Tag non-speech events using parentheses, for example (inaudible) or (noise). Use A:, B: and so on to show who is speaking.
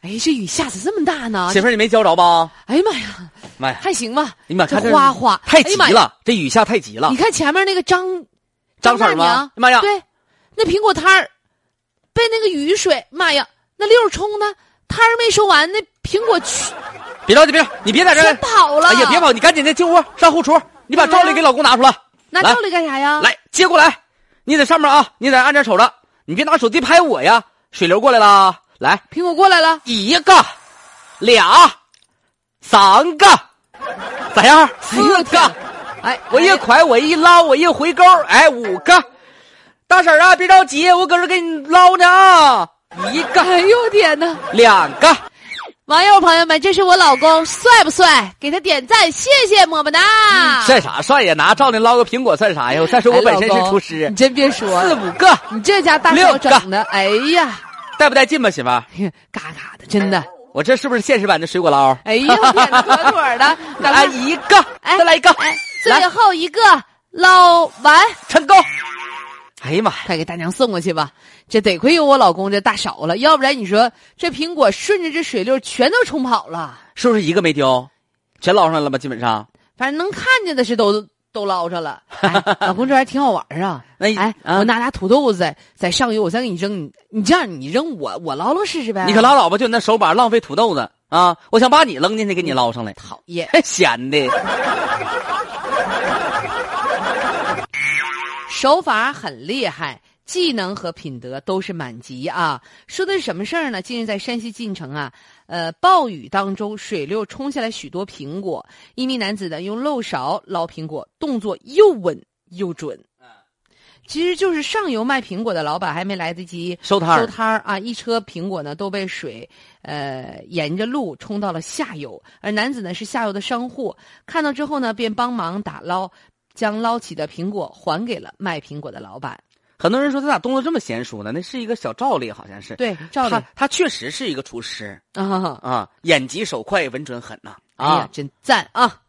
A: 哎，这雨下的啊这么大呢，
B: 媳妇儿你没浇着吧？
A: 哎呀妈呀，
B: 妈哎呀，
A: 还行吧？
B: 你妈看
A: 这
B: 这
A: 花花
B: 太急，
A: 哎呀妈呀
B: 了，这雨下太急了
A: 你。看前面那个张
B: 张婶
A: 大
B: 儿吗
A: 娘？
B: 妈呀，
A: 对，那苹果摊儿被那个雨水，妈呀，那溜冲的摊儿没收完，那苹果全
B: 别着急，别着急，你别在这儿
A: 全。跑了。
B: 哎呀，别！跑，你赶紧的进屋上后厨，你把
A: 干嘛
B: 照
A: 呀
B: 例给老公拿
A: 嗯
B: 出来，
A: 拿
B: 来
A: 照例干啥呀？
B: 来接过来。你在上面啊，你在岸边瞅着，你别拿手机拍我呀。水流过来了，来
A: 苹果过来了，
B: 一个，俩，三个，咋样？四个，
A: 哎，
B: 我一
A: 哎
B: 蒯，我一捞，我一回钩，哎，五个。大婶儿啊，别着急，我搁这给你捞呢啊。一个，
A: 哎呦我天哪！
B: 两个，
A: 网友朋友们，这是我老公，帅不帅？给他点赞，谢谢么么哒。
B: 帅啥帅呀？拿照那捞个苹果算啥呀？再说我本
A: 啊
B: 身
A: 哎老
B: 嗯是
A: 公
B: 厨师
A: 你，真别说，
B: 四五个，
A: 你这家大
B: 六
A: 嫂
B: 个
A: 整的，哎呀， (laughs)
B: 带不带劲吧，媳妇儿？
A: 嘎嘎的，真的，
B: 我这是不是现实版的水果捞？
A: 哎呀，我天哪，妥妥
B: (laughs)
A: 的，赶快
B: 来一个，
A: 哎
B: 再来一个，
A: 哎，
B: 来
A: 最后一个捞完，
B: 成功！哎呀妈呀，
A: 快给大娘送过去吧。这得亏有我老公这大勺了，要不然你说这苹果顺着这水流全都冲跑了。
B: 是不是一个没丢，全捞上来了吧？基本上，
A: 反正能看见的是都都捞上了。
B: (laughs)
A: 哎、老公这玩意儿挺好玩儿啊！
B: 那一
A: 哎，
B: 啊
A: 我拿俩土豆子在在上游，我再给你扔，你你这样你扔我，我捞捞试试呗。
B: 你可拉倒吧，就你那手把浪费土豆子啊！我想把你扔进去，给你捞上来，
A: 嗯讨厌！
B: 闲
A: (laughs)
B: 的。
A: 手法很厉害，技能和品德都是满级啊。说的是什么事儿呢？近日在山西晋城啊，呃，暴雨当中，水流冲下来许多苹果，一名男子呢用漏勺捞苹果，动作又稳又准。其实就是上游卖苹果的老板还没来得及
B: 收摊
A: 收
B: 儿，
A: 摊儿啊，一车苹果呢都被水，呃，沿着路冲到了下游，而男子呢是下游的商户，看到之后呢便帮忙打捞，将捞起的苹果还给了卖苹果的老板。
B: 很多人说他咋动作这么娴熟呢？那是一个小赵丽，好像是。
A: 对，照理
B: 他他确实是一个厨师
A: 啊，
B: 啊，眼疾手快，稳准狠呐
A: 哎呀，
B: 啊！
A: 真赞啊！